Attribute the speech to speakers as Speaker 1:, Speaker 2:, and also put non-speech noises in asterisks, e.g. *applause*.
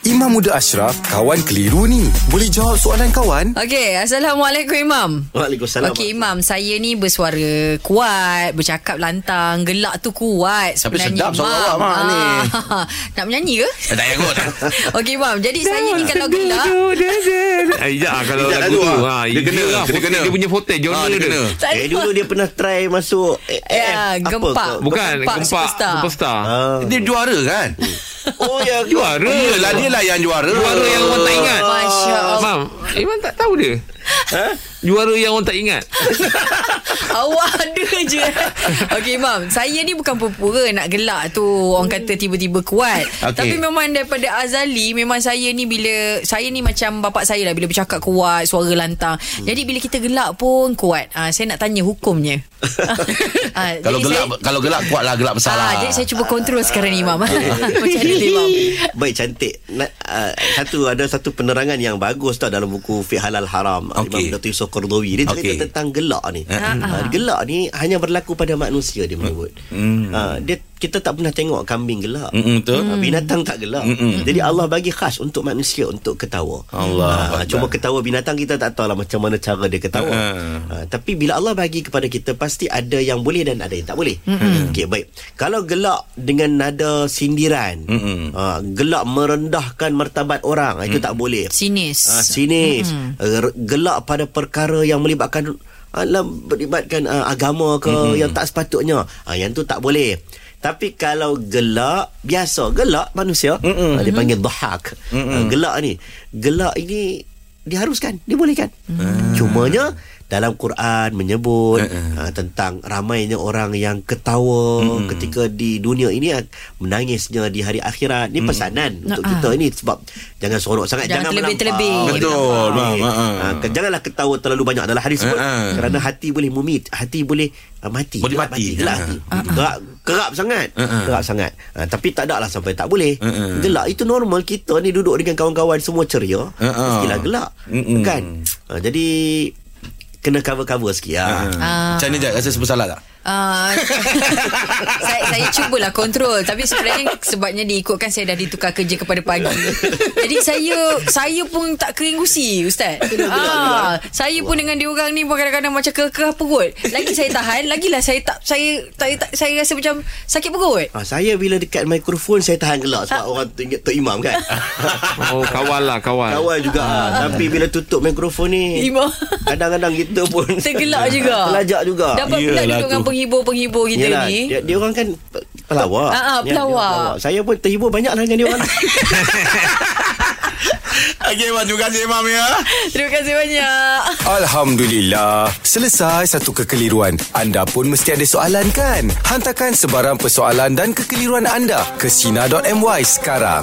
Speaker 1: Imam Muda Ashraf, kawan keliru ni. Boleh jawab soalan kawan?
Speaker 2: Okey, Assalamualaikum Imam.
Speaker 3: Waalaikumsalam.
Speaker 2: Okey Imam, saya ni bersuara kuat, bercakap lantang, gelak tu kuat.
Speaker 3: Tapi
Speaker 2: sebenarnya,
Speaker 3: sedap suara
Speaker 2: Imam.
Speaker 3: awak, Mak, ni.
Speaker 2: Ah, *laughs* Nak menyanyi ke?
Speaker 4: Eh, Tak payah kot
Speaker 2: Okey Imam, jadi saya ni kalau gelak,
Speaker 5: *laughs* Eh, Ijak lah kalau
Speaker 4: Ijak
Speaker 5: lagu tu.
Speaker 4: lagu ah.
Speaker 5: Ha,
Speaker 4: Dia kena, dia
Speaker 5: lah, foto-
Speaker 4: kena.
Speaker 5: Dia punya foto, genre
Speaker 4: Ah, dia kena.
Speaker 2: tak
Speaker 3: Eh dulu dia pernah try masuk eh,
Speaker 2: Ya,
Speaker 3: Apa
Speaker 2: gempak.
Speaker 3: kau?
Speaker 2: Gempak
Speaker 5: Bukan, gempak, gempak
Speaker 2: superstar.
Speaker 5: superstar. Ha,
Speaker 3: Ah.
Speaker 4: Dia juara kan
Speaker 3: Oh ya ke?
Speaker 5: Juara.
Speaker 4: Yelah dia lah yang juara
Speaker 5: Juara yang orang tak ingat.
Speaker 2: Masya Allah.
Speaker 5: Mam, Iman tak tahu dia. Juara yang orang tak ingat.
Speaker 2: *laughs* Awak ada je Okey Imam Saya ni bukan pura-pura Nak gelak tu Orang kata tiba-tiba kuat okay.
Speaker 4: Okey.
Speaker 2: Tapi memang daripada Azali Memang saya ni bila Saya ni macam Bapak saya lah Bila bercakap kuat Suara lantang hmm. Jadi bila kita gelak pun Kuat ha, Saya nak tanya hukumnya ha,
Speaker 4: Kalau gelap Kalau gelap kuat lah Gelap besar lah
Speaker 2: ha, Jadi saya cuba kontrol sekarang ni Imam *laughs* *laughs* Macam mana tu Imam
Speaker 3: *laughs* Baik cantik. Na, uh, satu ada satu penerangan yang bagus tau dalam buku Fiqh Halal Haram
Speaker 4: Okey.
Speaker 3: Imam Datuk Yusuf Qardawi. Dia cerita
Speaker 4: Okey. Ha,
Speaker 3: tentang gelak ni. Uh, gelak ni hanya berlaku pada manusia dia menyebut. Uh, dia kita tak pernah tengok kambing gelak.
Speaker 4: Mm-mm, Hmm. betul. Hmm,
Speaker 3: Ah, binatang tak gelak. Jadi Allah bagi khas untuk manusia untuk ketawa.
Speaker 4: Allah
Speaker 3: Ah, cuma ketawa binatang kita tak tahulah macam mana cara dia ketawa.
Speaker 4: Mm-mm.
Speaker 3: Ha, tapi bila Allah bagi kepada kita pasti ada yang boleh dan ada yang tak boleh. Mm-hmm. Okey baik. Kalau gelak dengan nada sindiran,
Speaker 4: Mm-mm.
Speaker 3: ha, gelak merendahkan martabat orang ha, itu tak boleh.
Speaker 2: Sinis
Speaker 3: Ha, sinis, mm-hmm. gelak pada perkara yang melibatkan alam melibatkan uh, agama ke mm-hmm. yang tak sepatutnya. Ha, yang tu tak boleh. Tapi kalau gelak biasa, gelak manusia mm-hmm. dia panggil dhahak. Mm-hmm. gelak ni, gelak ini diharuskan, dibolehkan. Mm. Cumanya dalam Quran menyebut uh, tentang ramainya orang yang ketawa ketika di dunia ini ah, menangisnya di hari akhirat. Ni pesanan
Speaker 2: Nah,
Speaker 3: untuk kita ini sebab jangan seronok sangat
Speaker 2: Jangan
Speaker 3: jangan,
Speaker 2: terlebih-terlebih.
Speaker 3: melampau.
Speaker 4: Betul, faham,
Speaker 3: Okey.
Speaker 4: faham.
Speaker 3: Ah, ke- janganlah ketawa terlalu banyak dalam hadis sebut
Speaker 4: Ah, ah.
Speaker 3: kerana hati boleh mumit hati boleh ah, mati
Speaker 4: Boleh
Speaker 3: Gelap
Speaker 4: mati.
Speaker 3: gelap
Speaker 4: Ah,
Speaker 3: hati kerap kerap sangat kerap sangat Ah, tapi tak ada lah sampai tak boleh
Speaker 4: Ah,
Speaker 3: gelak itu normal kita ni duduk dengan kawan-kawan semua ceria
Speaker 4: Ah, ah.
Speaker 3: mestilah gelak
Speaker 4: Mm-mm.
Speaker 3: kan Ah, jadi kena cover-cover sikit ah.
Speaker 2: Ah.
Speaker 4: Hmm. Macam mana Jad Rasa sebesar salah tak
Speaker 3: *laughs*
Speaker 2: Uh, saya, saya cubalah kontrol Tapi sebenarnya Sebabnya diikutkan Saya dah ditukar kerja Kepada pagi Jadi saya Saya pun tak kering gusi Ustaz ah, Saya pun dengan diorang ni pun Kadang-kadang macam kekeh perut Lagi saya tahan Lagilah saya tak Saya tak, tak saya rasa macam Sakit perut
Speaker 3: Ah, saya bila dekat mikrofon saya tahan gelak sebab orang tu ingat Tok Imam
Speaker 4: *laughs*
Speaker 3: kan.
Speaker 5: Oh, kawal lah, kawal.
Speaker 3: Kawal juga. ah. Tapi bila tutup mikrofon ni
Speaker 2: Imam.
Speaker 3: kadang-kadang
Speaker 2: *laughs*
Speaker 3: kita pun *laughs*
Speaker 2: Tergelak juga
Speaker 3: Terlajak juga.
Speaker 2: Dapat pula
Speaker 4: Yelah
Speaker 2: duduk dengan
Speaker 4: tu.
Speaker 2: penghibur-penghibur kita
Speaker 3: Yelah,
Speaker 2: ni
Speaker 3: Dia, dia orang kan pe- pelawak.
Speaker 2: Ah, ah,
Speaker 3: Ya, dia orang
Speaker 2: pelawak.
Speaker 3: Saya pun terhibur banyak lah dengan dia
Speaker 2: *laughs*
Speaker 3: orang.
Speaker 4: Okay Mam Terima kasih Mam ya
Speaker 2: Terima kasih banyak
Speaker 1: Alhamdulillah. Selesai satu kekeliruan. Anda pun mesti ada soalan kan? Hantarkan sebarang persoalan dan kekeliruan anda ke Sina.my sekarang.